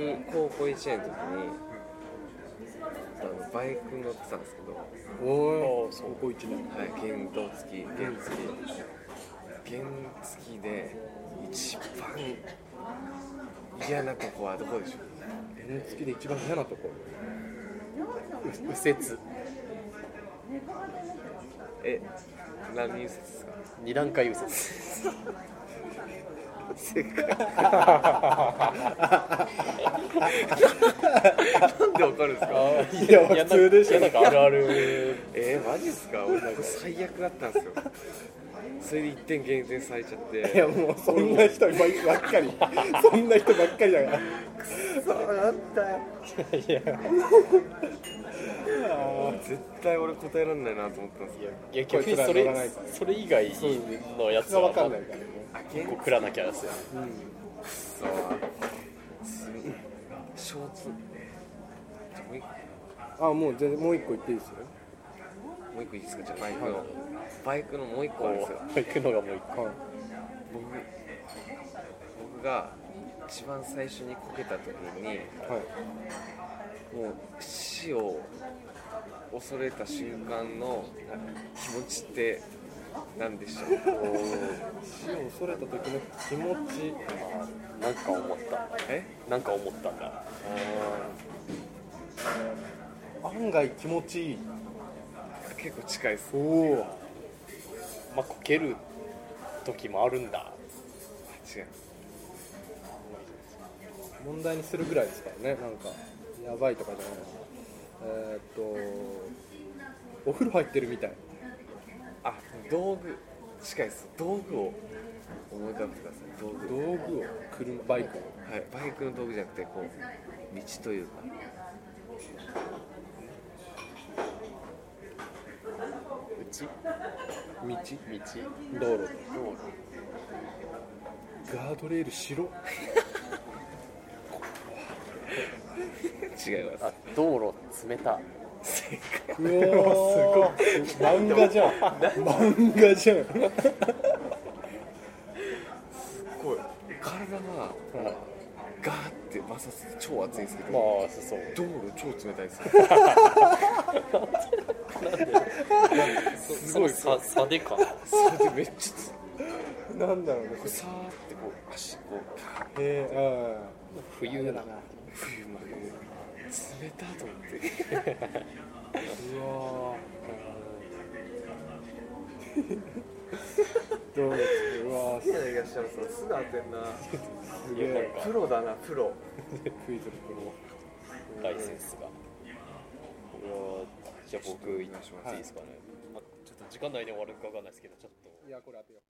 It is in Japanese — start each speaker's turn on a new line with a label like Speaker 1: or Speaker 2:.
Speaker 1: 甲子園の時にあのバイクに乗ってたんですけど、は
Speaker 2: お
Speaker 3: あ
Speaker 2: ー
Speaker 3: そう
Speaker 2: 高校一年
Speaker 1: い、原動付き原付き原付きで一番嫌なとこはどこでしょう
Speaker 2: 原付で一番嫌なとこ右折
Speaker 1: え何右折ですか
Speaker 2: 二段階右折
Speaker 1: 正解なんでわかるんですか
Speaker 2: いや普通でしょ
Speaker 3: いやなんかあるある
Speaker 1: えー、マジっすか俺なんか最悪だったんですよそれで1点減点されちゃって
Speaker 2: いやもうそんな人ばっかりそんな人ばっかりだからそうだったよ
Speaker 3: いやいや
Speaker 1: 絶対俺答えられないなと思ったんですよ
Speaker 3: いや逆にそ
Speaker 2: こいつら乗らない
Speaker 3: れ
Speaker 2: から
Speaker 3: それ以外のやつ
Speaker 2: が
Speaker 3: は
Speaker 2: 分かんない
Speaker 3: ま
Speaker 2: からね
Speaker 1: あ
Speaker 3: あ
Speaker 1: 結
Speaker 3: こう食らなきゃですよ
Speaker 1: そうすショーツもう一
Speaker 2: あもう全然もう一個言っていいですよ
Speaker 1: 個もう一個いいですかじゃあバイクのバイクのもう一個あるんですよ
Speaker 3: こう行くのがもう一
Speaker 2: はい
Speaker 1: 僕僕が一番最初にこけた時に
Speaker 2: はい
Speaker 1: もう死を恐れた瞬間の気持ちって何でし ょう
Speaker 2: 死を恐れた時の気持ち
Speaker 3: 個なんか思った
Speaker 1: え
Speaker 3: なんか思ったんだ
Speaker 2: 案外気持ちいい
Speaker 1: 結構近いです
Speaker 2: おお
Speaker 3: まあこける時もあるんだ
Speaker 1: 違う
Speaker 2: 問題にするぐらいですからねなんかやばいとかじゃないえーっとお風呂入ってるみたい
Speaker 1: あ道具近いです道具を思い浮かべてください道具
Speaker 2: 道具を車バイクを
Speaker 1: はいバイクの道具じゃなくてこう道というか
Speaker 3: うち
Speaker 2: 道
Speaker 3: 道
Speaker 2: 道路ガードレール白
Speaker 1: 違います
Speaker 3: あ道路冷た
Speaker 2: うわーすごい漫画じゃん漫画じゃん
Speaker 1: こう体がガーって摩擦で超熱いんですけど、
Speaker 3: まあそう
Speaker 1: 道路超冷たいです
Speaker 3: すごいさ差でか
Speaker 1: それでめっちゃつ
Speaker 2: なんだろうね
Speaker 1: こうさーってこう足こうガーッ
Speaker 2: へえ
Speaker 3: 冬だな
Speaker 1: 冬まで冷たと思って
Speaker 2: うわー どうですうわーす
Speaker 1: 東山さんすぐ当てんな
Speaker 2: げえ
Speaker 3: プロ
Speaker 1: だなプロ
Speaker 2: クイズのプロ
Speaker 3: ライセンスがこれはじゃあ僕い
Speaker 1: お願いします
Speaker 3: いですかね、まあちょっと時間内で終わるかわかんないですけどちょっと
Speaker 2: いやこれ当てよう